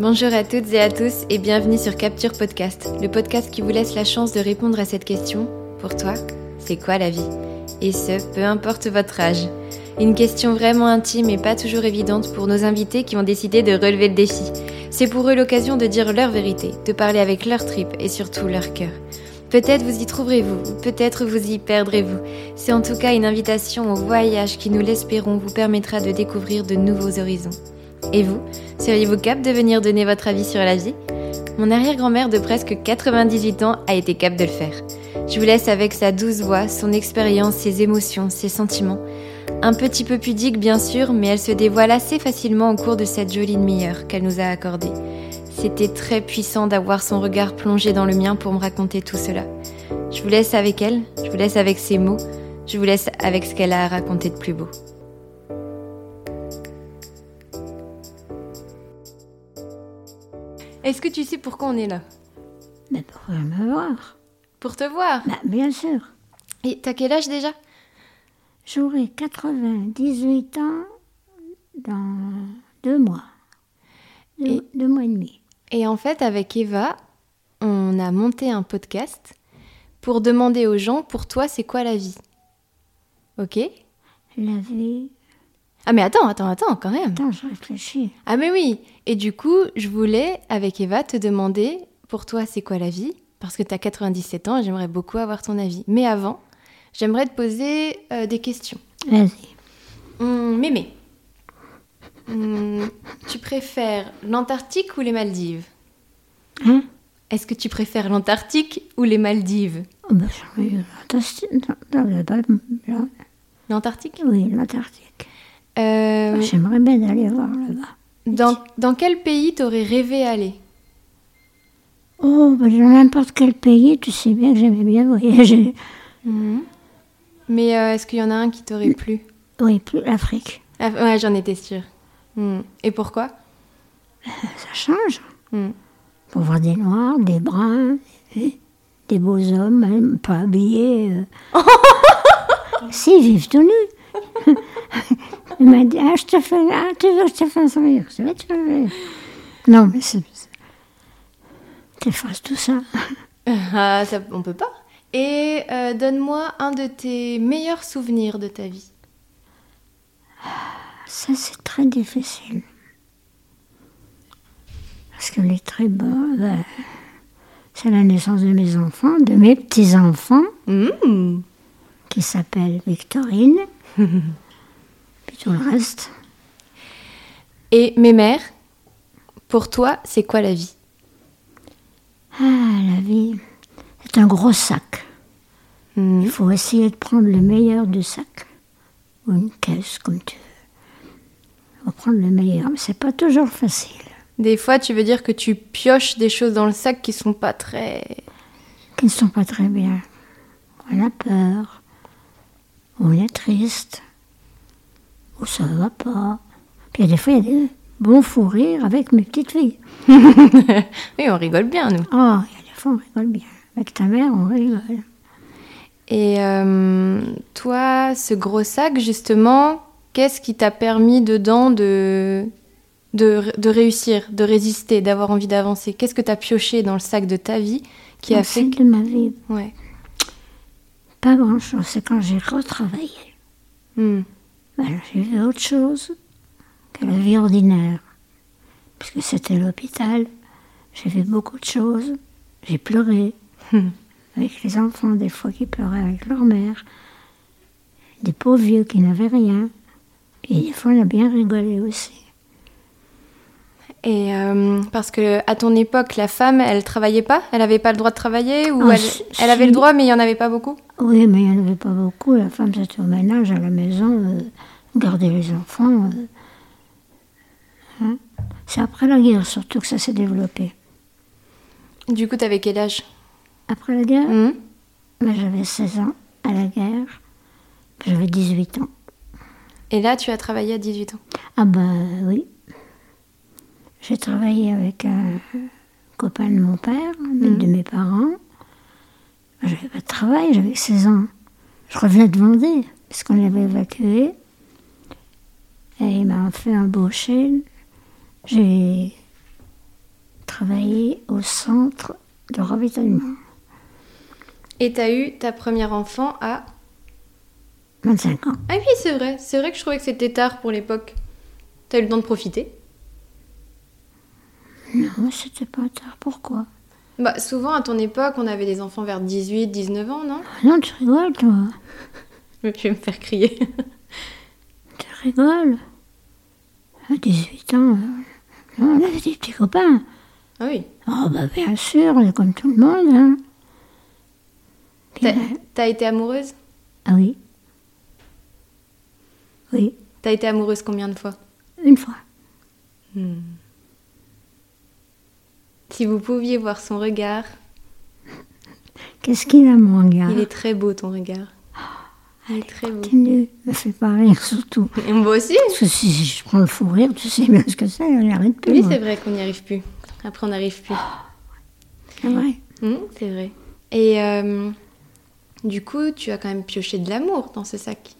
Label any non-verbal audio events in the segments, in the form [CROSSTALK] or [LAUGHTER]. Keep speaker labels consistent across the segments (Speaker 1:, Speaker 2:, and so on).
Speaker 1: Bonjour à toutes et à tous et bienvenue sur Capture Podcast, le podcast qui vous laisse la chance de répondre à cette question. Pour toi, c'est quoi la vie Et ce, peu importe votre âge. Une question vraiment intime et pas toujours évidente pour nos invités qui ont décidé de relever le défi. C'est pour eux l'occasion de dire leur vérité, de parler avec leur tripes et surtout leur cœur. Peut-être vous y trouverez-vous, peut-être vous y perdrez-vous. C'est en tout cas une invitation au voyage qui, nous l'espérons, vous permettra de découvrir de nouveaux horizons. Et vous, seriez-vous cap de venir donner votre avis sur la vie Mon arrière-grand-mère de presque 98 ans a été cap de le faire. Je vous laisse avec sa douce voix, son expérience, ses émotions, ses sentiments. Un petit peu pudique bien sûr, mais elle se dévoile assez facilement au cours de cette jolie demi-heure qu'elle nous a accordée. C'était très puissant d'avoir son regard plongé dans le mien pour me raconter tout cela. Je vous laisse avec elle, je vous laisse avec ses mots, je vous laisse avec ce qu'elle a à raconter de plus beau. Est-ce que tu sais pourquoi on est là
Speaker 2: Mais pour me voir.
Speaker 1: Pour te voir
Speaker 2: Bah, bien sûr.
Speaker 1: Et t'as quel âge déjà
Speaker 2: J'aurai 98 ans dans deux mois. Deux,
Speaker 1: Et-
Speaker 2: deux mois et demi.
Speaker 1: Et en fait, avec Eva, on a monté un podcast pour demander aux gens, pour toi, c'est quoi la vie Ok
Speaker 2: La vie.
Speaker 1: Ah mais attends, attends, attends, quand même.
Speaker 2: Attends, je réfléchis.
Speaker 1: Ah mais oui Et du coup, je voulais, avec Eva, te demander, pour toi, c'est quoi la vie Parce que t'as 97 ans et j'aimerais beaucoup avoir ton avis. Mais avant, j'aimerais te poser euh, des questions.
Speaker 2: Vas-y.
Speaker 1: Hum, mémé, Hum, tu préfères l'Antarctique ou les Maldives
Speaker 2: Hein
Speaker 1: Est-ce que tu préfères l'Antarctique ou les Maldives
Speaker 2: Oh, bah, j'en ai eu l'Antarctique. Non, non, le Bal- non.
Speaker 1: L'Antarctique
Speaker 2: Oui, l'Antarctique.
Speaker 1: Euh,
Speaker 2: J'aimerais bien aller voir là-bas.
Speaker 1: dans, dans quel pays t'aurais rêvé aller
Speaker 2: Oh, bah, dans n'importe quel pays, tu sais bien que j'aimais bien voyager.
Speaker 1: Mais euh, est-ce qu'il y en a un qui t'aurait plu
Speaker 2: Oui, plus l'Afrique.
Speaker 1: Ah, Ouais, j'en étais sûre. Hum, Et pourquoi
Speaker 2: Ça change.
Speaker 1: Hum.
Speaker 2: Pour voir des noirs, des bruns, des, des beaux hommes, hein, pas habillés. euh. si, ils vivent tout nus. [LAUGHS] Il m'a dit Ah, je te fais, ah, tu veux que je te fasse rire Je vais te faire rire. Non, mais c'est. c'est- T'effaces tout ça.
Speaker 1: [LAUGHS] Ah, ça, on peut pas. Et euh, donne-moi un de tes meilleurs souvenirs de ta vie.
Speaker 2: Ça, c'est très difficile. Parce que les très beaux, ben, c'est la naissance de mes enfants, de mes petits-enfants.
Speaker 1: Hum,
Speaker 2: qui s'appelle Victorine. Puis tout le reste,
Speaker 1: Et mes mères, pour toi, c'est quoi la vie
Speaker 2: ah, la vie, c'est un gros sac.
Speaker 1: Hum,
Speaker 2: Il faut essayer de prendre le meilleur du sac, ou une caisse, comme tu veux. Il faut prendre le meilleur, mais c'est pas toujours facile.
Speaker 1: Des fois, tu veux dire que tu pioches des choses dans le sac qui sont pas très.
Speaker 2: Qui ne sont pas très bien. On a peur, on est triste, ou ça ne va pas. Puis il y a des fois, il y a des bons fous rires avec mes petites filles.
Speaker 1: Oui, on rigole bien, nous.
Speaker 2: Oh, il y a des fois, on rigole bien. Avec ta mère, on rigole.
Speaker 1: Et euh, toi, ce gros sac, justement, qu'est-ce qui t'a permis dedans de, de, de réussir, de résister, d'avoir envie d'avancer Qu'est-ce que t'as pioché dans le sac de ta vie qui a fait
Speaker 2: Ensuite
Speaker 1: que...
Speaker 2: de ma vie,
Speaker 1: Ouais.
Speaker 2: pas grand-chose. C'est quand j'ai retravaillé.
Speaker 1: Hmm.
Speaker 2: Voilà, j'ai vu autre chose que la vie ordinaire. Puisque c'était l'hôpital, j'ai vu beaucoup de choses. J'ai pleuré
Speaker 1: Hmm.
Speaker 2: avec les enfants, des fois qui pleuraient avec leur mère. Des pauvres vieux qui n'avaient rien. Et des fois, on a bien rigolé aussi.
Speaker 1: Et euh, parce que à ton époque, la femme, elle travaillait pas Elle avait pas le droit de travailler Ou
Speaker 2: Ah,
Speaker 1: elle,
Speaker 2: si-
Speaker 1: elle avait
Speaker 2: si.
Speaker 1: le droit, mais il y en avait pas beaucoup
Speaker 2: Oui, mais il n'y en avait pas beaucoup. La femme, c'était au ménage, à la maison, euh, garder les enfants. euh. Hein. C'est après la guerre surtout que ça s'est développé.
Speaker 1: Du coup, t'avais quel âge
Speaker 2: Après la guerre,
Speaker 1: Hmm.
Speaker 2: ben, j'avais 16 ans à la guerre, puis j'avais 18 ans.
Speaker 1: Et là, tu as travaillé à 18 ans.
Speaker 2: Ah ben oui. J'ai travaillé avec un copain de mon père, mais de mes parents. J'avais pas de travail, j'avais 16 ans. Je revenais de Vendée, parce qu'on l'avait évacué. Et il m'a fait embaucher. J'ai travaillé au centre de ravitaillement,
Speaker 1: Et t'as eu ta première enfant à...
Speaker 2: 25 ans.
Speaker 1: Ah oui, c'est vrai. C'est vrai que je trouvais que c'était tard pour l'époque. T'as eu le temps de profiter
Speaker 2: Non, c'était pas tard. Pourquoi
Speaker 1: Bah, souvent, à ton époque, on avait des enfants vers 18, 19 ans, non
Speaker 2: Ah Non, tu rigoles, toi.
Speaker 1: Mais [LAUGHS] Je vais me faire crier.
Speaker 2: Tu rigoles. À 18 ans, euh, on avait des petits copains.
Speaker 1: ah oui.
Speaker 2: Oh, bah bien sûr, comme tout le monde. Hein. Puis,
Speaker 1: T'as-
Speaker 2: bah,
Speaker 1: T'as été amoureuse
Speaker 2: ah oui. Oui,
Speaker 1: T'as été amoureuse combien de fois
Speaker 2: une fois.
Speaker 1: Hmm. Si vous pouviez voir son regard,
Speaker 2: Qu'est-ce qu'il a, mon gars
Speaker 1: il est très beau ton regard. Il est très beau.
Speaker 2: Continue, me fais pas rire surtout.
Speaker 1: Et moi aussi
Speaker 2: Parce que si je prends le fou rire, tu sais bien ce que c'est, j'arrête plus.
Speaker 1: Oui,
Speaker 2: moi.
Speaker 1: c'est vrai qu'on n'y arrive plus. Après, on n'arrive plus.
Speaker 2: c'est vrai.
Speaker 1: Hum, c'est vrai. Et euh, du coup, tu as quand même pioché de l'amour dans ce sac.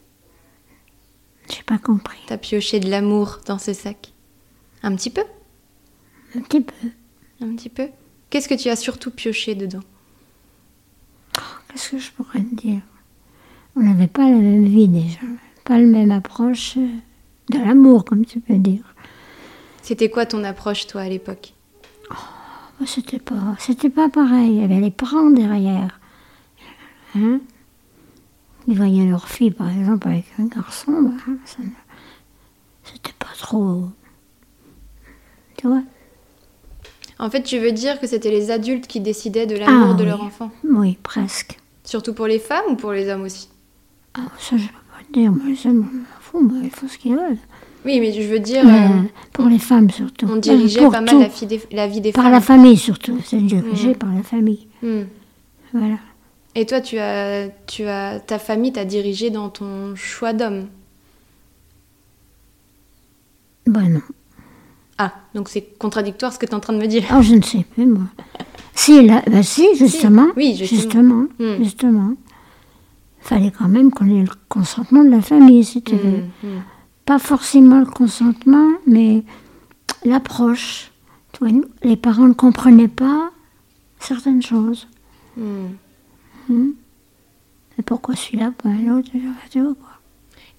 Speaker 2: J'ai pas compris.
Speaker 1: T'as pioché de l'amour dans ce sac. Un petit peu,
Speaker 2: Un petit peu.
Speaker 1: un petit peu. Qu'est-ce que tu as surtout pioché dedans
Speaker 2: Oh, Qu'est-ce que je pourrais te dire On n'avait pas la même vie déjà, pas la même approche euh, de l'amour, comme tu peux dire.
Speaker 1: C'était quoi ton approche, toi, à l'époque
Speaker 2: Oh, C'était pas, c'était pas pareil. Il y avait les parents derrière. Hein Ils voyaient leur fille, par exemple, avec un garçon. bah, ça ne- c'était pas trop. Tu vois
Speaker 1: En fait, tu veux dire que c'était les adultes qui décidaient de l'amour
Speaker 2: Ah,
Speaker 1: de
Speaker 2: oui.
Speaker 1: leur enfant
Speaker 2: Oui, presque.
Speaker 1: Surtout pour les femmes ou pour les hommes aussi
Speaker 2: Ah, ça, je peux pas te dire. Moi, ça, je m'en fous. Moi, ils font ce qu'ils veulent.
Speaker 1: Oui, mais je veux dire,
Speaker 2: Euh,
Speaker 1: euh,
Speaker 2: pour les femmes, surtout.
Speaker 1: on
Speaker 2: Euh,
Speaker 1: dirigeait
Speaker 2: pour
Speaker 1: pas
Speaker 2: tout.
Speaker 1: mal la, fi- des- la vie des
Speaker 2: Par
Speaker 1: femmes.
Speaker 2: la famille, surtout. C'est le
Speaker 1: Mm.
Speaker 2: dirigé par la famille.
Speaker 1: Hum.
Speaker 2: Voilà.
Speaker 1: Et toi, tu as, tu as, ta famille t'a dirigé dans ton choix d'homme.
Speaker 2: Ben non.
Speaker 1: Ah, donc c'est contradictoire ce que tu es en train de me dire.
Speaker 2: Oh, je ne sais plus, moi. Si, là, ben si, justement.
Speaker 1: Oui, justement.
Speaker 2: justement.
Speaker 1: Mm.
Speaker 2: justement. Fallait quand même qu'on ait le consentement de la famille, si tu veux.
Speaker 1: Hum, hum.
Speaker 2: Pas forcément le consentement, mais l'approche. Tu vois, nous, les parents ne comprenaient pas certaines choses.
Speaker 1: Hum.
Speaker 2: Et pourquoi celui-là, pas l'autre, tu vois, quoi.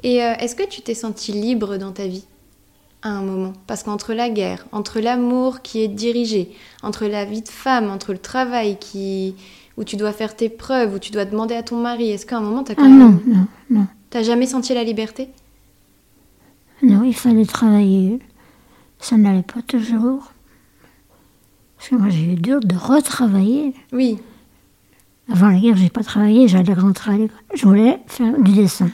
Speaker 1: Et euh, est-ce que tu t'es senti libre dans ta vie à un moment Parce qu'entre la guerre, entre l'amour qui est dirigé, entre la vie de femme, entre le travail qui où tu dois faire tes preuves, où tu dois demander à ton mari, est-ce qu'à un moment t'as quand
Speaker 2: Ah non,
Speaker 1: même...
Speaker 2: non, non.
Speaker 1: t'as jamais senti la liberté
Speaker 2: Non, il fallait travailler. Ça n'allait pas toujours. Parce que moi, j'ai eu dur de retravailler.
Speaker 1: Oui.
Speaker 2: Avant la guerre, j'ai pas travaillé, j'allais rentrer à l'école. Je voulais faire du dessin.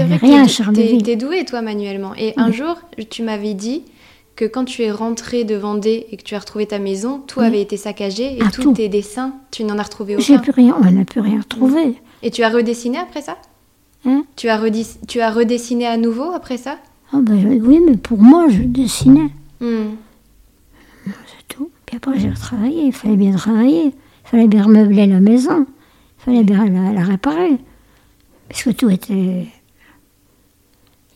Speaker 1: C'est
Speaker 2: n'y avait
Speaker 1: vrai
Speaker 2: rien à
Speaker 1: que t'es- t'es-
Speaker 2: Charleville.
Speaker 1: t'es douée, toi, manuellement. Et un jour, tu m'avais dit que quand tu es rentrée de Vendée et que tu as retrouvé ta maison, tout
Speaker 2: Oui.
Speaker 1: avait été saccagé et
Speaker 2: Ah,
Speaker 1: tous
Speaker 2: tout.
Speaker 1: tes dessins, tu n'en as retrouvé
Speaker 2: J'ai
Speaker 1: aucun.
Speaker 2: plus rien, on n'a plus rien retrouvé.
Speaker 1: Et tu as redessiné après ça
Speaker 2: Hein
Speaker 1: tu as, redis- tu as redessiné à nouveau après ça
Speaker 2: Ah ben, je- oui, mais pour moi, je dessinais,
Speaker 1: Hmm.
Speaker 2: c'est tout. Puis après, j'ai retravaillé, il fallait bien travailler. Il fallait bien remeubler la maison. Il fallait bien la, la réparer. Parce que tout était...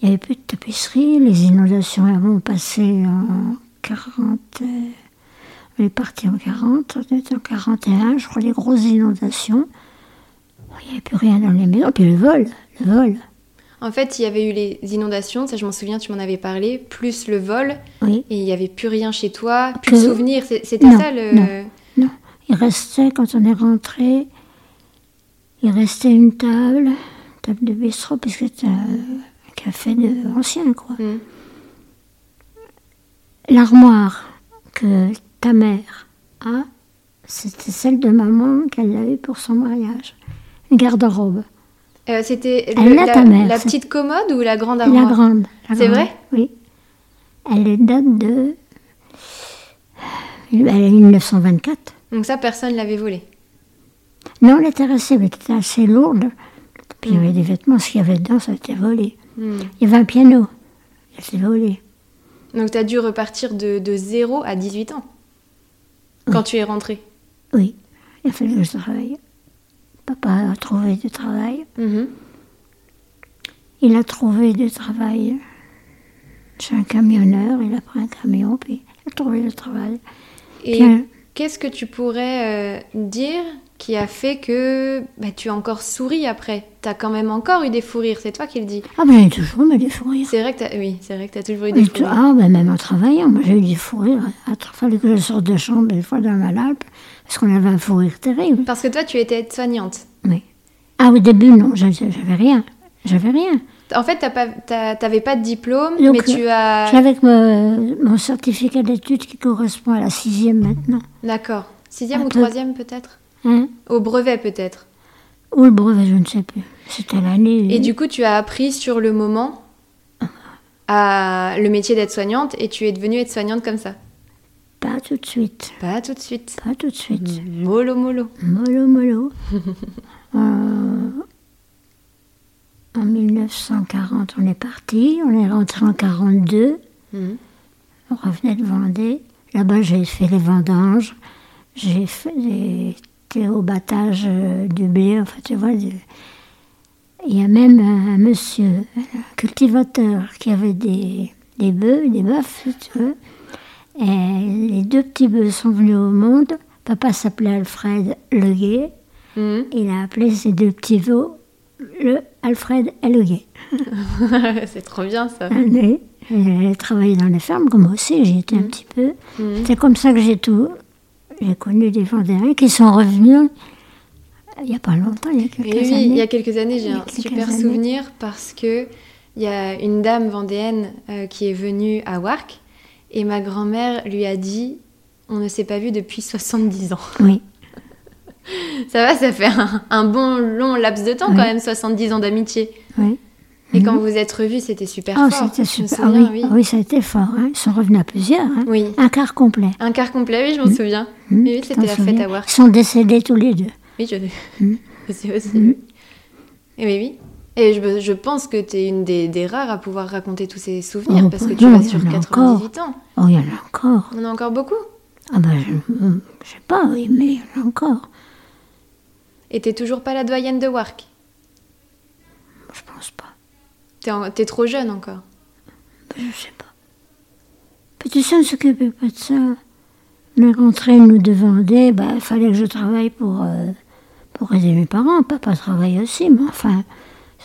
Speaker 2: Il n'y avait plus de tapisserie, les inondations avant, on passait en 40... euh, On est parti en 40, on était en 41, je crois, les grosses inondations. Il n'y avait plus rien dans les maisons. Puis le vol, le vol,
Speaker 1: En fait, il y avait eu les inondations, ça je m'en souviens, tu m'en avais parlé, plus le vol,
Speaker 2: oui.
Speaker 1: et il n'y avait plus rien chez toi, plus de
Speaker 2: Que-
Speaker 1: souvenirs. C'est- C'était
Speaker 2: Non,
Speaker 1: ça le.
Speaker 2: non. Non, il restait, quand on est rentré, il restait une table, une table de bistrot, puisque c'était un un café de, ancien, quoi.
Speaker 1: Hmm.
Speaker 2: L'armoire que ta mère a, c'était celle de maman qu'elle a eue pour son mariage. Une garde-robe.
Speaker 1: Euh, C'était
Speaker 2: Elle
Speaker 1: le-
Speaker 2: l'a,
Speaker 1: la,
Speaker 2: ta mère,
Speaker 1: la
Speaker 2: c'est-
Speaker 1: petite commode ou la grande
Speaker 2: La
Speaker 1: armoire
Speaker 2: grande. la
Speaker 1: C'est
Speaker 2: grande,
Speaker 1: vrai
Speaker 2: Oui. Elle date de... Elle est 1924.
Speaker 1: Donc ça, personne ne l'avait volée.
Speaker 2: Non, elle était restée, mais elle était assez lourde. Puis il y avait des vêtements, ce qu'il y avait dedans, ça a été volé.
Speaker 1: Hmm.
Speaker 2: Il y avait un piano, il a été volé.
Speaker 1: Donc tu as dû repartir de, de 0 à 18 ans quand tu es rentrée.
Speaker 2: Oui, il a fallu que je travaille. Papa a trouvé du travail. Il a trouvé du travail chez un camionneur, il a pris un camion, puis J'ai trouvé le travail.
Speaker 1: Et
Speaker 2: Bien.
Speaker 1: qu'est-ce que tu pourrais euh, dire qui a fait que bah, tu as encore souri après T'as quand même encore eu des fous rires, c'est toi qui le dis.
Speaker 2: Ah ben j'ai toujours eu des fous rires.
Speaker 1: C'est vrai que t'as oui, c'est vrai que t'as toujours eu des
Speaker 2: Et
Speaker 1: fous
Speaker 2: tout-
Speaker 1: rires.
Speaker 2: ah ben même en travaillant, moi j'ai eu des fous rires. Il Ah, fallait que je sorte de chambre des fois dans ma lampe, parce qu'on avait un fou rire terrible.
Speaker 1: Parce que toi, tu étais aide-soignante.
Speaker 2: Oui. Ah au début non, je- je- j'avais rien. J'avais rien.
Speaker 1: En fait, t'as pas- t'as- t'avais pas de diplôme,
Speaker 2: Donc,
Speaker 1: mais tu as...
Speaker 2: J'avais que me- mon certificat d'études qui correspond à la sixième maintenant.
Speaker 1: D'accord. Sixième
Speaker 2: Un
Speaker 1: ou
Speaker 2: peu.
Speaker 1: troisième peut-être
Speaker 2: Hein
Speaker 1: Au brevet peut-être.
Speaker 2: Ou le brevet, je ne sais plus. C'était l'année.
Speaker 1: Et du coup, tu as appris sur le moment à le métier d'aide-soignante et tu es devenue aide-soignante comme ça.
Speaker 2: Pas tout de suite.
Speaker 1: Pas tout de suite.
Speaker 2: Pas tout de suite.
Speaker 1: Mollo mollo. [LAUGHS]
Speaker 2: Mollo, mollo. Euh, en 1940, on est parti. On est rentré en 42.
Speaker 1: Mhm.
Speaker 2: On revenait de Vendée. Là-bas, j'ai fait les vendanges. J'ai fait des- été au battage euh, du blé. Enfin, tu vois, du- il y a même un, un monsieur, un cultivateur, qui avait des, des bœufs, des bœufs, si tu veux. Et les deux petits bœufs sont venus au monde. Papa s'appelait Alfred Leguet.
Speaker 1: Mhm.
Speaker 2: Il a appelé ses deux petits veaux le Alfred et Leguet.
Speaker 1: [LAUGHS] c'est trop bien ça.
Speaker 2: Allez, J'ai travaillé dans les fermes, comme moi aussi, j'y
Speaker 1: Mm.
Speaker 2: étais un petit peu. C'est comme ça que j'ai tout. J'ai connu des Vendéens qui sont revenus euh, il n'y a pas longtemps, il y a quelques
Speaker 1: Et oui,
Speaker 2: années.
Speaker 1: il y a quelques années, j'ai
Speaker 2: Il y a
Speaker 1: un
Speaker 2: quelques
Speaker 1: super
Speaker 2: années.
Speaker 1: souvenir parce que il y a une dame vendéenne euh, qui est venue à Warc et ma grand-mère lui a dit on ne s'est pas vu depuis 70 ans.
Speaker 2: Oui,
Speaker 1: Ça va, ça fait un, un bon long laps de temps
Speaker 2: Oui.
Speaker 1: quand même, 70 ans d'amitié.
Speaker 2: oui. Mhm.
Speaker 1: Et quand vous êtes revus, c'était super
Speaker 2: Ah,
Speaker 1: fort.
Speaker 2: c'était
Speaker 1: je me
Speaker 2: super. Ah
Speaker 1: souviens,
Speaker 2: oui, ah oui, ça a été fort. hein. Ils sont revenus à plusieurs. hein.
Speaker 1: oui.
Speaker 2: Un quart complet.
Speaker 1: Un quart complet, oui, je m'en souviens.
Speaker 2: Hmm,
Speaker 1: Oui,
Speaker 2: tu t'en
Speaker 1: c'était la fête
Speaker 2: souviens
Speaker 1: à Warc.
Speaker 2: Ils sont décédés tous les deux.
Speaker 1: Oui, je
Speaker 2: Mm.
Speaker 1: je sais [LAUGHS] aussi. Et oui, oui. Et je, je pense que tu es une des, des rares à pouvoir raconter tous ces souvenirs
Speaker 2: Oh,
Speaker 1: parce que
Speaker 2: bah
Speaker 1: tu
Speaker 2: non,
Speaker 1: vas sur
Speaker 2: il y en a
Speaker 1: 98 ans.
Speaker 2: Oh, il y en a encore.
Speaker 1: On en a encore beaucoup.
Speaker 2: Ah ben, je, je sais pas, oui, mais il y en a encore.
Speaker 1: Et t'es toujours pas la doyenne de Wark.
Speaker 2: Je pense pas.
Speaker 1: T'es en- t'es trop jeune encore.
Speaker 2: Ben, je sais pas. Petit ça ne s'occupait pas de ça. On est rentrés, ils nous demandaient, ben, il fallait que je travaille pour, euh, pour aider mes parents. Papa travaille aussi, mais enfin,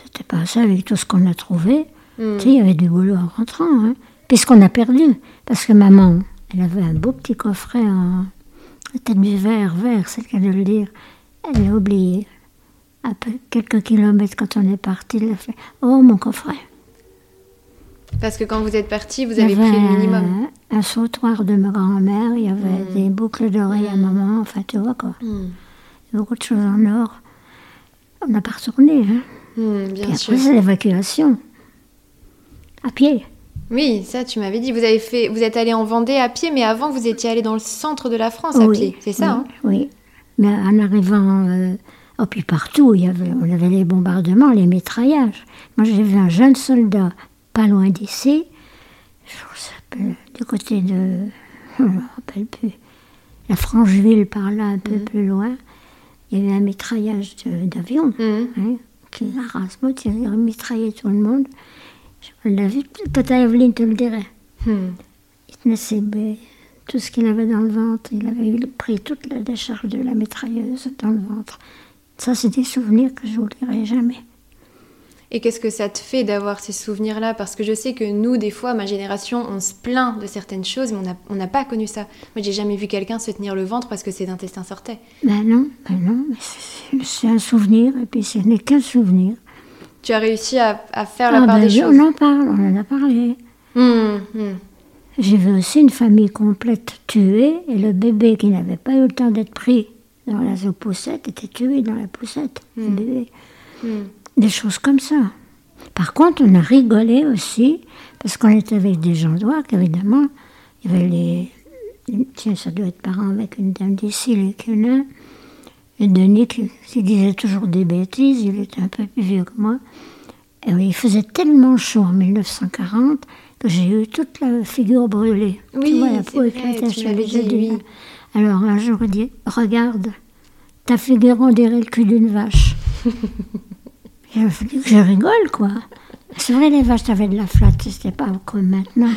Speaker 2: c'était pas ça avec tout ce qu'on a trouvé.
Speaker 1: Hmm.
Speaker 2: Tu sais, il y avait du boulot en rentrant, hein. Puis ce qu'on a perdu, parce que maman, elle avait un beau petit coffret en en tête du verre, vert, c'est le cas de le dire. Elle l'a oublié. À peu- quelques kilomètres quand on est parti, elle a fait Oh mon coffret
Speaker 1: Parce que quand vous êtes parti, vous
Speaker 2: Il y
Speaker 1: avez pris
Speaker 2: avait
Speaker 1: le minimum. Mm.
Speaker 2: Un, un sautoir de ma grand-mère, il y avait des boucles d'oreilles à maman, enfin tu vois quoi.
Speaker 1: Hmm.
Speaker 2: Beaucoup de choses en or. On n'a pas retourné, hein.
Speaker 1: Hmm, bien
Speaker 2: Et
Speaker 1: sûr.
Speaker 2: après, c'est l'évacuation. À pied.
Speaker 1: Oui, ça tu m'avais dit. Vous avez fait, vous êtes allé en Vendée à pied, mais avant vous étiez allé dans le centre de la France à
Speaker 2: Oui,
Speaker 1: pied. C'est ça. hein
Speaker 2: oui, Oui. Mais en arrivant, euh, oh, puis partout, il y avait, on avait les bombardements, les mitraillages. Moi, j'ai vu un jeune soldat pas loin d'ici, je me rappelle, du côté de, [LAUGHS] je me rappelle plus, la Francheville par là, un peu
Speaker 1: Mm.
Speaker 2: plus loin, il y avait un mitraillage de- d'avion
Speaker 1: hein Hmm.
Speaker 2: hein, qui arrase moi, qui a mitraillé tout le monde. Je l'ai vu, Tata Evelyne te le dirait.
Speaker 1: Hmm.
Speaker 2: Il tenait ses baies, tout ce qu'il avait dans le ventre. Il avait eu- pris toute la décharge de la mitrailleuse dans le ventre. Ça, c'est des souvenirs que je n'oublierai jamais.
Speaker 1: Et qu'est-ce que ça te fait d'avoir ces souvenirs-là Parce que je sais que nous, des fois, ma génération, on se plaint de certaines choses, mais on n'a- on n'a pas connu ça. Moi, j'ai jamais vu quelqu'un se tenir le ventre parce que ses intestins sortaient.
Speaker 2: Ben non, ben non, mais c'est- c'est un souvenir, et puis ce n'est qu'un souvenir.
Speaker 1: Tu as réussi à, à faire la
Speaker 2: Ah,
Speaker 1: part
Speaker 2: ben,
Speaker 1: des
Speaker 2: je-
Speaker 1: choses.
Speaker 2: on en parle, on en a parlé.
Speaker 1: Hmm, hmm.
Speaker 2: J'ai vu aussi une famille complète tuée, et le bébé qui n'avait pas eu le temps d'être pris dans la poussette était tué dans la poussette. le bébé.
Speaker 1: Hmm.
Speaker 2: Des choses comme ça. Par contre, on a rigolé aussi, parce qu'on était avec des gens de Warc, évidemment. Il y avait les. Tiens, ça doit être parent avec une dame d'ici, les Cunin. Et Denis, qui, qui disait toujours des bêtises, il était un peu plus vieux que moi. Et oui, il faisait tellement chaud en 1940 que j'ai eu toute la figure brûlée.
Speaker 1: Oui,
Speaker 2: tu vois, la
Speaker 1: c'est
Speaker 2: peau
Speaker 1: vrai,
Speaker 2: éclatée
Speaker 1: tu
Speaker 2: sur
Speaker 1: m'avais
Speaker 2: les yeux
Speaker 1: dit,
Speaker 2: du
Speaker 1: oui.
Speaker 2: nez. Alors un jour, il dit Regarde, ta figure, on dirait le cul d'une vache. J'ai fallu que je rigole, quoi. C'est vrai, les vaches avaient de la flatte, c'était pas comme maintenant.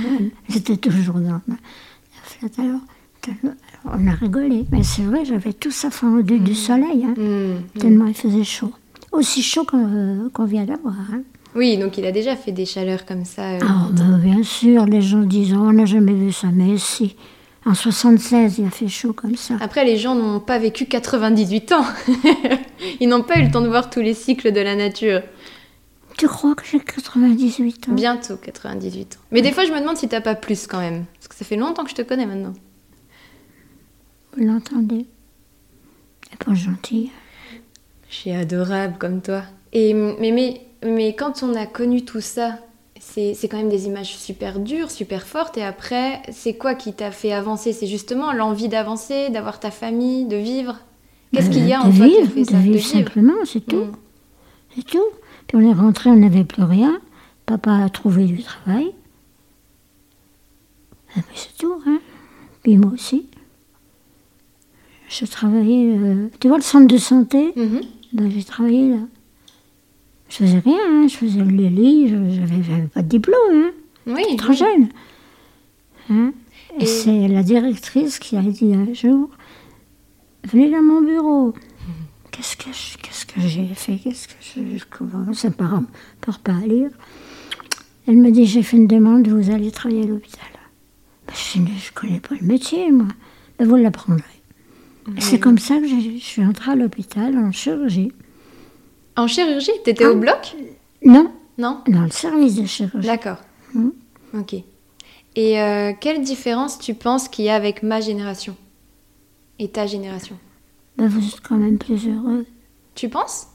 Speaker 2: C'était toujours dans la flatte. faites alors tellement- On a rigolé. Mais c'est vrai, j'avais tout ça fendu
Speaker 1: Mm.
Speaker 2: du soleil, hein,
Speaker 1: Hmm.
Speaker 2: tellement il faisait chaud. Aussi chaud qu'on euh, qu'on vient d'avoir. hein.
Speaker 1: Oui, donc il a déjà fait des chaleurs comme ça. euh.
Speaker 2: Ah, ben, bien sûr, les gens disent on n'a jamais vu ça, mais si. En 76, il a fait chaud comme ça.
Speaker 1: Après, les gens n'ont pas vécu 98 ans. [LAUGHS] Ils n'ont pas eu le temps de voir tous les cycles de la nature.
Speaker 2: Tu crois que j'ai 98 ans
Speaker 1: Bientôt 98 ans. Mais des fois, je me demande si t'as pas plus quand même. Parce que ça fait longtemps que je te connais maintenant.
Speaker 2: Vous l'entendez Elle est pas gentille.
Speaker 1: Je suis adorable comme toi. Et, mais, mais, mais quand on a connu tout ça, c'est c'est quand même des images super dures, super fortes. Et après, c'est quoi qui t'a fait avancer C'est justement l'envie d'avancer, d'avoir ta famille, de vivre. Qu'est-ce qu'il y a
Speaker 2: Euh,
Speaker 1: en
Speaker 2: de
Speaker 1: toi qui a
Speaker 2: vivre,
Speaker 1: fait
Speaker 2: De
Speaker 1: ça
Speaker 2: vivre simplement, c'est tout.
Speaker 1: Mm.
Speaker 2: C'est tout. Puis on est rentré, on n'avait plus rien. Papa a trouvé du travail. Et puis c'est tout, hein. Puis moi aussi. Je travaillais. euh, tu vois le centre de santé
Speaker 1: Mhm.
Speaker 2: ben, J'ai travaillé là. Je faisais rien, hein. je faisais le lit, je- j'avais j'avais pas de diplôme, hein.
Speaker 1: Oui.
Speaker 2: trop jeune. Hein. Et,
Speaker 1: Et-
Speaker 2: c'est la directrice qui a dit un jour Venez dans mon bureau. Qu'est-ce que je- qu'est-ce que j'ai fait Qu'est-ce que je, je commence à par, par pas à lire Elle me dit J'ai fait une demande, vous allez travailler à l'hôpital. Ben, je dis, Je connais pas le métier, moi. Ben, vous l'apprendrez. Et C'est comme ça que j'ai- je suis entrée à l'hôpital en chirurgie.
Speaker 1: En chirurgie T'étais au
Speaker 2: Ah.
Speaker 1: bloc
Speaker 2: Non,
Speaker 1: Non
Speaker 2: dans le service de chirurgie.
Speaker 1: D'accord.
Speaker 2: Mhm.
Speaker 1: Ok. Et euh, quelle différence tu penses qu'il y a avec ma génération et ta génération
Speaker 2: Ben, vous êtes quand même plus heureux.
Speaker 1: Tu penses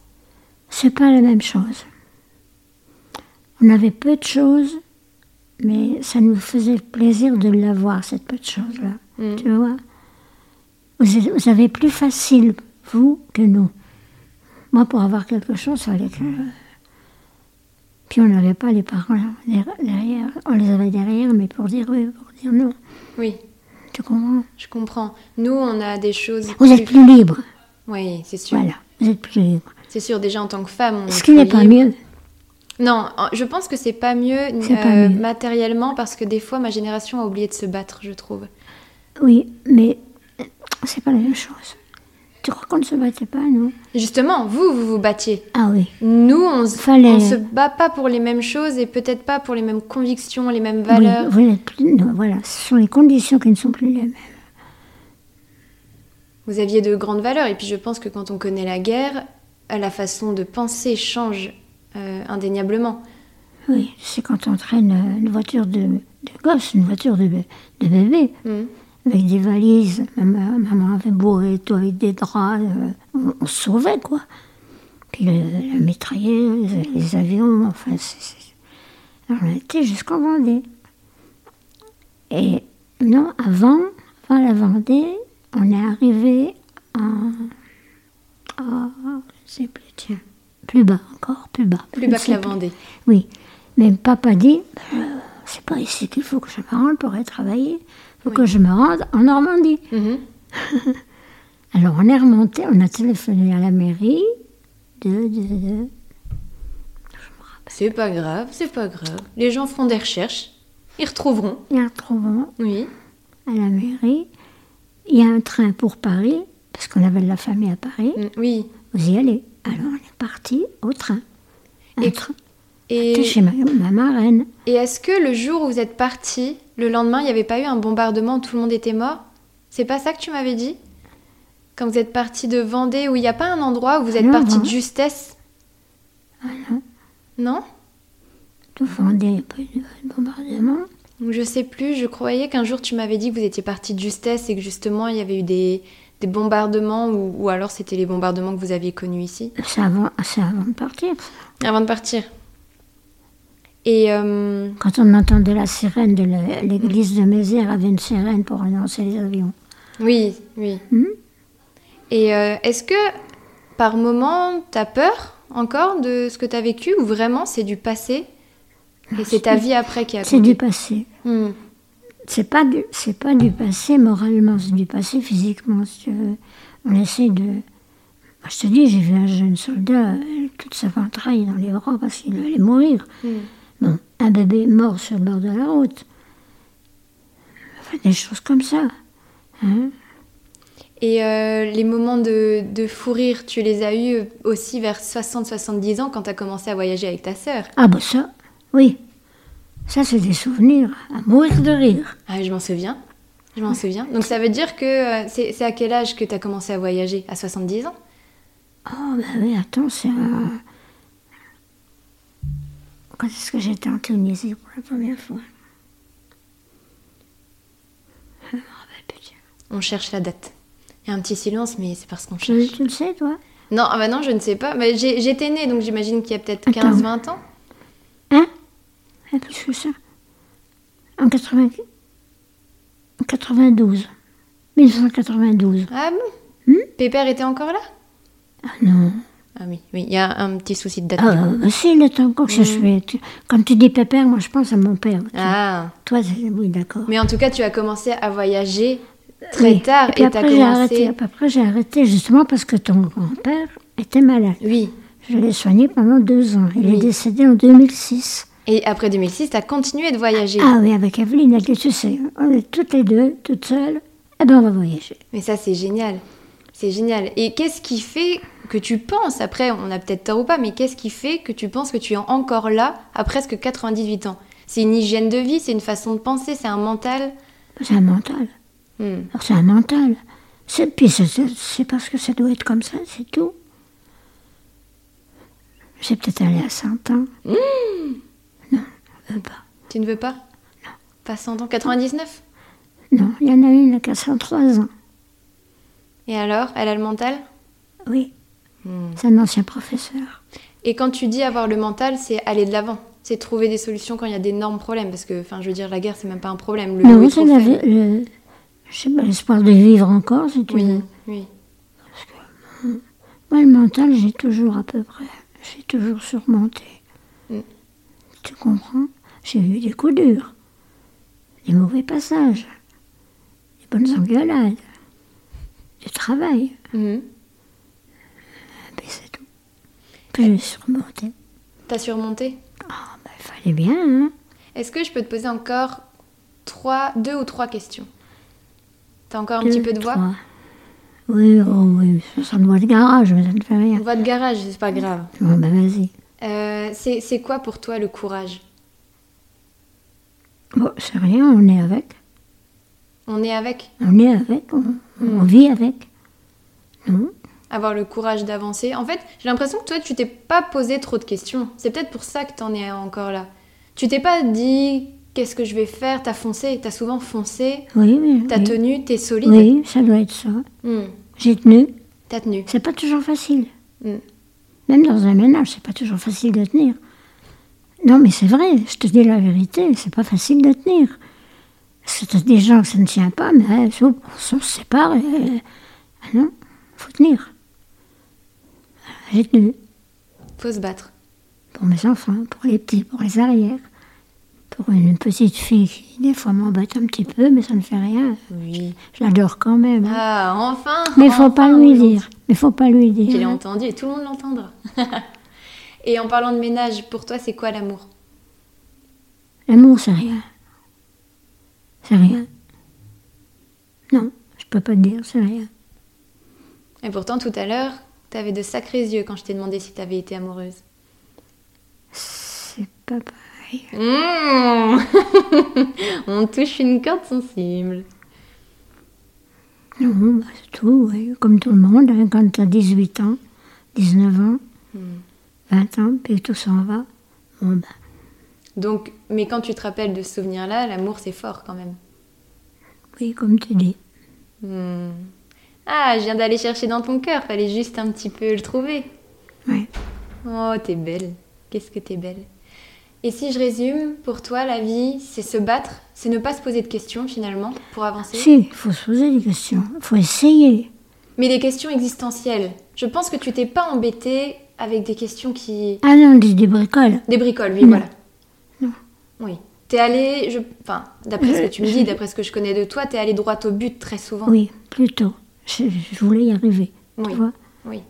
Speaker 2: C'est pas la même chose. On avait peu de choses, mais ça nous faisait plaisir de l'avoir, cette peu de choses-là.
Speaker 1: Mm.
Speaker 2: Tu vois vous, êtes- vous avez plus facile, vous, que nous. Moi, pour avoir quelque chose, il fallait que. Puis on n'avait pas les parents derrière- derrière. On les avait derrière, mais pour dire oui, pour dire non.
Speaker 1: Oui.
Speaker 2: Tu comprends
Speaker 1: Je comprends. Nous, on a des choses.
Speaker 2: Vous êtes plus libre.
Speaker 1: Oui, c'est sûr.
Speaker 2: Voilà, vous êtes plus libre.
Speaker 1: C'est sûr, déjà en tant que femme. On
Speaker 2: Ce qui n'est pas
Speaker 1: libre.
Speaker 2: mieux.
Speaker 1: Non, en- je pense que c'est pas mieux
Speaker 2: C'est pas
Speaker 1: euh,
Speaker 2: mieux.
Speaker 1: matériellement parce que des fois, ma génération a oublié de se battre, je trouve.
Speaker 2: Oui, mais euh, c'est pas la même chose. Tu crois qu'on ne se battait pas, non
Speaker 1: Justement, vous, vous vous battiez.
Speaker 2: Ah oui.
Speaker 1: Nous, on, se-
Speaker 2: Fallait-
Speaker 1: on se bat pas pour les mêmes choses et peut-être pas pour les mêmes convictions, les mêmes
Speaker 2: Oui,
Speaker 1: valeurs.
Speaker 2: vous n'êtes plus- non, voilà, ce sont les conditions qui ne sont plus les mêmes.
Speaker 1: Vous aviez de grandes valeurs, et puis je pense que quand on connaît la guerre, euh, la façon de penser change euh, indéniablement.
Speaker 2: Oui, c'est quand on traîne euh, une voiture de, de gosse, une voiture de, bé- de bébé,
Speaker 1: Mhm.
Speaker 2: avec des valises. Maman, maman avait bourré tout avec des draps. euh, on, on se sauvait, quoi. Puis le- la mitrailleuse, euh, les avions, enfin, c'est- c'est- Alors, on était jusqu'en Vendée. Et non, avant, avant la Vendée, on est arrivé en. en- je sais plus, tiens. Plus bas encore, plus bas.
Speaker 1: Plus
Speaker 2: je
Speaker 1: bas
Speaker 2: sais
Speaker 1: que la
Speaker 2: plus.
Speaker 1: Vendée.
Speaker 2: Oui, mais papa dit, euh, c'est pas ici qu'il faut que je me rende pour aller travailler, il faut que je me rende en Normandie.
Speaker 1: [LAUGHS] Mhm.
Speaker 2: Alors on est remonté, on a téléphoné à la mairie de... de- de-
Speaker 1: C'est pas grave, c'est pas grave. Les gens feront des recherches, ils retrouveront.
Speaker 2: et en trouvant
Speaker 1: Oui.
Speaker 2: à la mairie, il y a un train pour Paris, parce qu'on avait de la famille à Paris,
Speaker 1: Mm, Oui.
Speaker 2: vous y allez. Alors on est parti au train. Un
Speaker 1: Et-
Speaker 2: train. C'était
Speaker 1: Et,
Speaker 2: chez ma, ma marraine.
Speaker 1: et est-ce que le jour où vous êtes parti, le lendemain, il n'y avait pas eu un bombardement, tout le monde était mort C'est pas ça que tu m'avais dit Quand vous êtes parti de Vendée, où il n'y a pas un endroit où vous êtes
Speaker 2: Non,
Speaker 1: parti
Speaker 2: non.
Speaker 1: de justesse Non
Speaker 2: Tout vendait, pas eu de bombardement.
Speaker 1: Donc, Je sais plus, je croyais qu'un jour tu m'avais dit que vous étiez parti de justesse et que justement il y avait eu des, des bombardements ou, ou alors c'était les bombardements que vous aviez connus ici
Speaker 2: C'est avant, c'est avant de partir.
Speaker 1: avant de partir. Et euh,
Speaker 2: Quand on entendait la sirène de la- l'église de Mézières avait une sirène pour annoncer les avions.
Speaker 1: oui, oui.
Speaker 2: Mhm.
Speaker 1: Et euh, est-ce que par moment t'as peur encore de ce que t'as vécu ou vraiment c'est du passé et c'est ta vie après qui a
Speaker 2: C'est
Speaker 1: compté
Speaker 2: du passé.
Speaker 1: Hmm.
Speaker 2: C'est pas du, c'est pas du passé moralement, c'est du passé physiquement. si tu veux. On essaie de. Moi, je te dis, j'ai vu un jeune soldat, euh, toute sa ventraille dans les bras parce qu'il allait mourir.
Speaker 1: Hmm.
Speaker 2: Bon, un bébé mort sur le bord de la route. Enfin, enfin, des choses comme ça. hein.
Speaker 1: Et euh, les moments de, de fou rire, tu les as eus aussi vers 60-70 ans quand tu as commencé à voyager avec ta sœur.
Speaker 2: Ah bah ça, oui. Ça, c'est des souvenirs à mourir de rire.
Speaker 1: Ah, je m'en souviens. Je
Speaker 2: Ah.
Speaker 1: m'en souviens. Donc ça veut dire que euh, c'est c'est à quel âge que tu as commencé à voyager À 70 ans
Speaker 2: Oh, bah oui, attends, c'est un... Quand est-ce que j'étais en Tunisie pour la première fois Je me rappelle plus.
Speaker 1: On cherche la date. Il y a un petit silence, mais c'est parce qu'on
Speaker 2: Tu,
Speaker 1: cherche.
Speaker 2: tu le sais, toi
Speaker 1: Non, ah bah non, je ne sais pas. Mais j'ai- j'étais née, donc j'imagine qu'il y a peut-être
Speaker 2: Attends.
Speaker 1: 15-20 ans.
Speaker 2: Hein Ah, Plus que ça. En 80... 92. 1992.
Speaker 1: Ah bon
Speaker 2: Hmm
Speaker 1: Pépère était encore là
Speaker 2: Ah non.
Speaker 1: Ah oui, oui, il y a un petit souci de date.
Speaker 2: Ah, euh, si, le temps que je fais. tu- Quand tu dis pépère, moi je pense à mon père. tu-
Speaker 1: Ah.
Speaker 2: Toi, c'est- oui, d'accord.
Speaker 1: Mais en tout cas, tu as commencé à voyager très
Speaker 2: Oui.
Speaker 1: tard
Speaker 2: Et puis
Speaker 1: et tu as
Speaker 2: après, j'ai arrêté.
Speaker 1: commencé.
Speaker 2: Après, j'ai arrêté justement parce que ton grand-père était malade.
Speaker 1: Oui.
Speaker 2: Je l'ai soigné pendant deux ans. Il
Speaker 1: Oui.
Speaker 2: est décédé en 2006.
Speaker 1: Et après 2006, tu as continué de voyager.
Speaker 2: Ah oui, avec Evelyne, elle dit, tu sais, on est toutes les deux, toutes seules. Eh ben, on va voyager.
Speaker 1: Mais ça, c'est génial. C'est génial. Et qu'est-ce qui fait que tu penses, après, on a peut-être tort ou pas, mais qu'est-ce qui fait que tu penses que tu es encore là à presque 98 ans C'est une hygiène de vie, c'est une façon de penser, c'est un mental.
Speaker 2: C'est un mental.
Speaker 1: Hmm.
Speaker 2: Alors, C'est un mental. C'est- Puis c'est- c'est c'est parce que ça doit être comme ça, c'est tout. J'ai peut-être allé à 100 ans.
Speaker 1: Mmh.
Speaker 2: Non, même pas.
Speaker 1: Tu ne veux pas Pas 100 ans, 99
Speaker 2: Non, il y en a une qui a 103 ans.
Speaker 1: Et alors, elle a le mental
Speaker 2: Oui.
Speaker 1: Mmh.
Speaker 2: C'est un ancien professeur.
Speaker 1: Et quand tu dis avoir le mental, c'est aller de l'avant. C'est trouver des solutions quand il y a d'énormes problèmes. Parce que, enfin, je veux dire, la guerre, c'est même pas un problème. Le lot
Speaker 2: non,
Speaker 1: est
Speaker 2: c'est
Speaker 1: trop
Speaker 2: la-
Speaker 1: faible.
Speaker 2: le- je sais pas, l'espoir de vivre encore, si tu
Speaker 1: Oui,
Speaker 2: veux.
Speaker 1: oui.
Speaker 2: Moi, le mental, j'ai toujours à peu près. J'ai toujours surmonté.
Speaker 1: Mm.
Speaker 2: Tu comprends J'ai eu des coups durs, des mauvais passages, des bonnes engueulades, du travail.
Speaker 1: Mhm.
Speaker 2: Et puis c'est tout. Puis j'ai surmonté.
Speaker 1: T'as surmonté
Speaker 2: Ah, ben, il fallait bien, hein
Speaker 1: Est-ce que je peux te poser encore trois, deux ou trois questions T'as encore un petit
Speaker 2: Deux,
Speaker 1: peu de voix
Speaker 2: trois. Oui, oh oui, ça sent le voix de garage, mais ça ne fait rien.
Speaker 1: Voix de garage, c'est pas grave.
Speaker 2: Bon, ben vas-y.
Speaker 1: Euh, c'est c'est quoi pour toi le courage
Speaker 2: Bon, c'est rien, on est avec.
Speaker 1: On est avec
Speaker 2: On est avec, on, on
Speaker 1: Mm.
Speaker 2: vit avec. Non
Speaker 1: avoir le courage d'avancer. En fait, j'ai l'impression que toi, tu t'es pas posé trop de questions. C'est peut-être pour ça que t'en es encore là. Tu t'es pas dit qu'est-ce que je vais faire T'as foncé, t'as souvent foncé,
Speaker 2: Oui, oui.
Speaker 1: t'as
Speaker 2: oui.
Speaker 1: tenu, t'es solide.
Speaker 2: Oui, ça doit être ça.
Speaker 1: Hmm,
Speaker 2: J'ai tenu.
Speaker 1: T'as tenu.
Speaker 2: C'est pas toujours facile.
Speaker 1: Mm.
Speaker 2: Même dans un ménage, c'est pas toujours facile de tenir. Non, mais c'est vrai, je te dis la vérité, c'est pas facile de tenir. C'est des gens que ça ne tient pas, mais euh, s'ou- on se sépare. et, euh, ah non, faut tenir. J'ai tenu
Speaker 1: Faut se battre.
Speaker 2: pour mes enfants, pour les petits, pour les arrières, pour une petite fille qui, des fois, m'embête un petit peu, mais ça ne fait rien.
Speaker 1: Oui.
Speaker 2: Je l'adore quand même. hein.
Speaker 1: Ah, enfin
Speaker 2: Mais faut pas
Speaker 1: enfin,
Speaker 2: lui
Speaker 1: aujourd'hui.
Speaker 2: dire. Mais faut pas lui dire.
Speaker 1: Je l'ai entendu et tout le monde l'entendra. [LAUGHS] et en parlant de ménage, pour toi, c'est quoi l'amour
Speaker 2: L'amour, c'est rien. C'est rien. Non, je peux pas te dire, c'est rien.
Speaker 1: Et pourtant, tout à l'heure, t'avais de sacrés yeux quand je t'ai demandé si t'avais été amoureuse.
Speaker 2: C'est pas pareil.
Speaker 1: [LAUGHS] Mmh On touche une corde sensible.
Speaker 2: Non, bah, c'est tout, oui. comme tout le monde, hein, quand t'as 18 ans, 19 ans,
Speaker 1: Hmm.
Speaker 2: 20 ans, puis tout s'en va. Bon, bah,
Speaker 1: Donc, mais quand tu te rappelles de ce souvenir-là, l'amour, c'est fort quand même.
Speaker 2: oui, comme tu dis.
Speaker 1: Mmh. Ah, je viens d'aller chercher dans ton cœur, fallait juste un petit peu le trouver.
Speaker 2: Ouais.
Speaker 1: Oh, t'es belle. Qu'est-ce que t'es belle. Et si je résume, pour toi, la vie, c'est se battre, c'est ne pas se poser de questions finalement pour avancer.
Speaker 2: Si, il faut se poser des questions. Il faut essayer.
Speaker 1: Mais des questions existentielles. Je pense que tu t'es pas embêtée avec des questions qui.
Speaker 2: Ah non, des, des bricoles.
Speaker 1: Des bricoles, oui,
Speaker 2: Non.
Speaker 1: voilà.
Speaker 2: Non.
Speaker 1: Oui. T'es allée, je... enfin, d'après ce que tu me dis,
Speaker 2: Je-
Speaker 1: d'après ce que je connais de toi, t'es allée droit au but très souvent.
Speaker 2: Oui, plutôt. Je, je voulais y arriver.
Speaker 1: Oui.
Speaker 2: Tu vois
Speaker 1: Oui.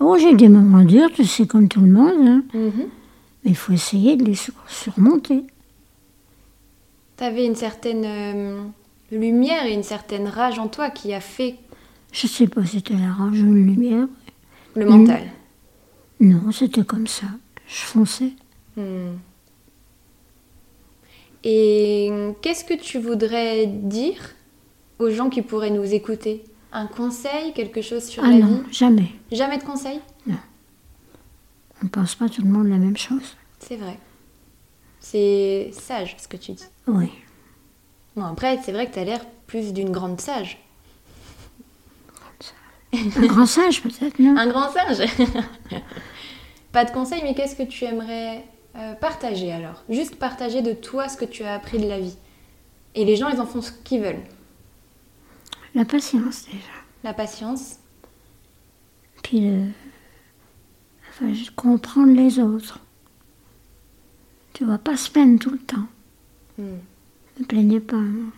Speaker 2: Oh, j'ai des moments durs, tu sais, comme tout le monde. hein.
Speaker 1: Mhm.
Speaker 2: Mais il faut essayer de les sur- surmonter.
Speaker 1: T'avais une certaine euh, lumière et une certaine rage en toi qui a fait
Speaker 2: Je sais pas si c'était la rage ou une lumière. Mm-hmm.
Speaker 1: le mental.
Speaker 2: Non, c'était comme ça. Je fonçais.
Speaker 1: Hmm. Et qu'est-ce que tu voudrais dire aux gens qui pourraient nous écouter Un conseil, quelque chose sur
Speaker 2: Ah
Speaker 1: la
Speaker 2: non,
Speaker 1: vie
Speaker 2: jamais.
Speaker 1: Jamais de conseil
Speaker 2: On pense pas tout le monde la même chose.
Speaker 1: C'est vrai. C'est sage ce que tu dis. [LAUGHS]
Speaker 2: Oui.
Speaker 1: Bon, après, c'est vrai que t'as l'air plus d'une grande sage.
Speaker 2: Un grand sage peut-être, non
Speaker 1: Un grand singe [LAUGHS] Pas de conseil, mais qu'est-ce que tu aimerais euh, partager alors Juste partager de toi ce que tu as appris de la vie. Et les gens, ils en font ce qu'ils veulent.
Speaker 2: La patience déjà.
Speaker 1: La patience,
Speaker 2: Puis le... enfin, je- comprendre les autres. Tu vois, pas se plaindre tout le temps.
Speaker 1: Hmm.
Speaker 2: Ne plaignez pas. hein.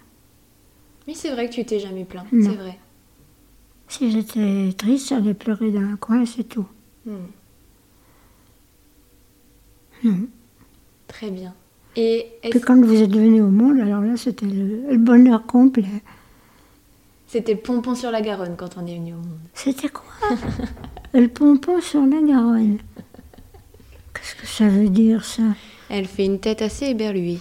Speaker 1: Oui, c'est vrai que tu t'es jamais plaint,
Speaker 2: Non.
Speaker 1: c'est vrai.
Speaker 2: Si j'étais triste, j'allais pleurer dans un coin, c'est tout.
Speaker 1: Hmm.
Speaker 2: Non.
Speaker 1: Très bien. Et est-ce-
Speaker 2: Puis quand vous êtes venu au monde, alors là, c'était le, le bonheur complet.
Speaker 1: c'était Pompon sur la Garonne quand on est venu au monde. [LAUGHS]
Speaker 2: C'était quoi Le pompon sur la Garonne. Qu'est-ce que ça veut dire, ça
Speaker 1: Elle fait une tête assez éberluée.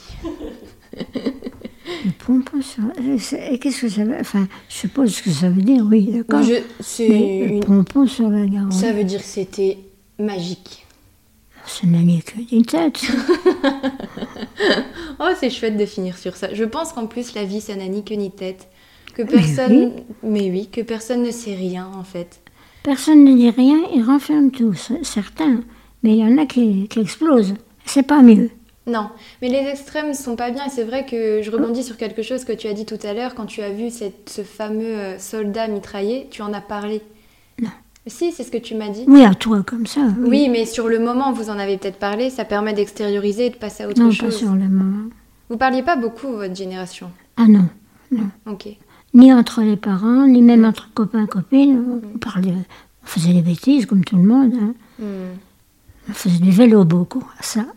Speaker 2: Le pompon sur... euh, c'est- Et qu'est-ce que ça veut... Enfin, je suppose que ça veut dire, oui, d'accord.
Speaker 1: Je- c'est
Speaker 2: Mais Le
Speaker 1: une-
Speaker 2: pompon sur la Garonne.
Speaker 1: Ça veut dire que c'était magique.
Speaker 2: Ça n'a lieu que des têtes. ça.
Speaker 1: Oh, c'est chouette de finir sur ça. Je pense qu'en plus, la vie, ça n'a ni queue ni tête. Que personne. Mais oui, que personne ne sait rien, en fait.
Speaker 2: Personne ne dit rien, ils renferment tout, c'est- certains. Mais il y en a qui, qui explosent. C'est pas mieux.
Speaker 1: Non, mais les extrêmes sont pas bien. Et c'est vrai que je rebondis sur quelque chose que tu as dit tout à l'heure quand tu as vu cette- ce fameux euh, soldat mitraillé. Tu en as parlé.
Speaker 2: Non.
Speaker 1: Si, c'est ce que tu m'as dit.
Speaker 2: Oui, à toi, comme ça.
Speaker 1: Oui, mais sur le moment, vous en avez peut-être parlé, ça permet d'extérioriser et de passer à autre
Speaker 2: Non, pas
Speaker 1: chose.
Speaker 2: sur le moment.
Speaker 1: Vous parliez pas beaucoup, votre génération.
Speaker 2: Ah non, non.
Speaker 1: Ok.
Speaker 2: Ni entre les parents, ni même entre copains, copines. On, parlait, on faisait des bêtises, comme tout le monde. hein.
Speaker 1: Hmm.
Speaker 2: On faisait du vélo beaucoup,
Speaker 1: [LAUGHS]
Speaker 2: ça.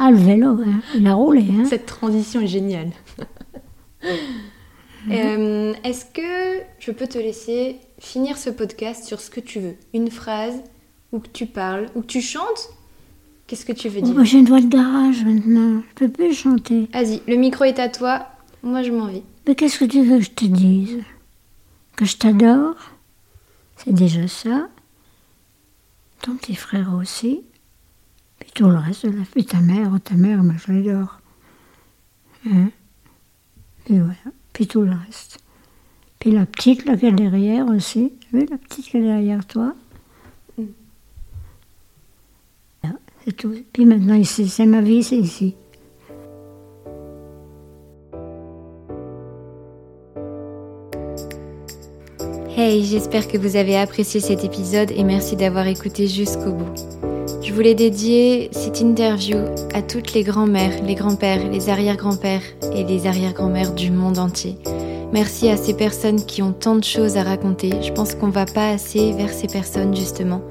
Speaker 2: ah, le vélo, hein. il a roulé. Hein.
Speaker 1: Cette transition est géniale. [LAUGHS] Euh, Est-ce que je peux te laisser finir ce podcast sur ce que tu veux Une phrase, ou que tu parles, ou que tu chantes Qu'est-ce que tu veux
Speaker 2: Oh,
Speaker 1: dire [LAUGHS]
Speaker 2: bah, j'ai une voix de garage maintenant, je peux plus chanter.
Speaker 1: Vas-y, le micro est à toi, moi je m'en vais.
Speaker 2: Mais qu'est-ce que tu veux que je te dise Que je t'adore C'est déjà ça. Ton petit frère aussi. Puis tout le reste de la vie. Ta mère, ta mère, moi je l'adore. Hein Puis voilà. Puis tout le reste. Puis la petite, là, qui est derrière aussi. Tu as vu la petite qui est derrière toi Voilà, C'est tout. Puis maintenant, ici, c'est ma vie, c'est ici.
Speaker 1: Hey, j'espère que vous avez apprécié cet épisode et merci d'avoir écouté jusqu'au bout. Je voulais dédier cette interview à toutes les grands-mères, les grands-pères, les arrière-grands-pères et les arrière-grands-mères du monde entier. Merci à ces personnes qui ont tant de choses à raconter. Je pense qu'on va pas assez vers ces personnes justement.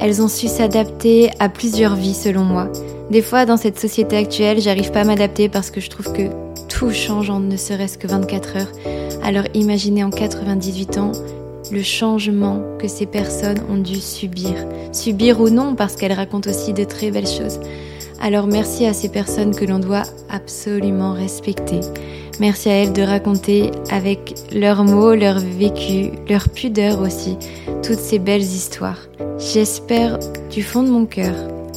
Speaker 1: Elles ont su s'adapter à plusieurs vies selon moi. Des fois dans cette société actuelle, j'arrive pas à m'adapter parce que je trouve que tout change en ne serait-ce que 24 heures. Alors imaginez en 98 ans le changement que ces personnes ont dû subir. Subir ou non, parce qu'elles racontent aussi de très belles choses. Alors merci à ces personnes que l'on doit absolument respecter. Merci à elles de raconter avec leurs mots, leur vécu, leur pudeur aussi, toutes ces belles histoires. J'espère du fond de mon cœur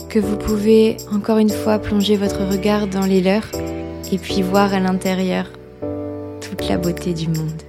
Speaker 1: que vous pouvez encore une fois plonger votre regard dans les leurs et puis voir à l'intérieur toute la beauté du monde.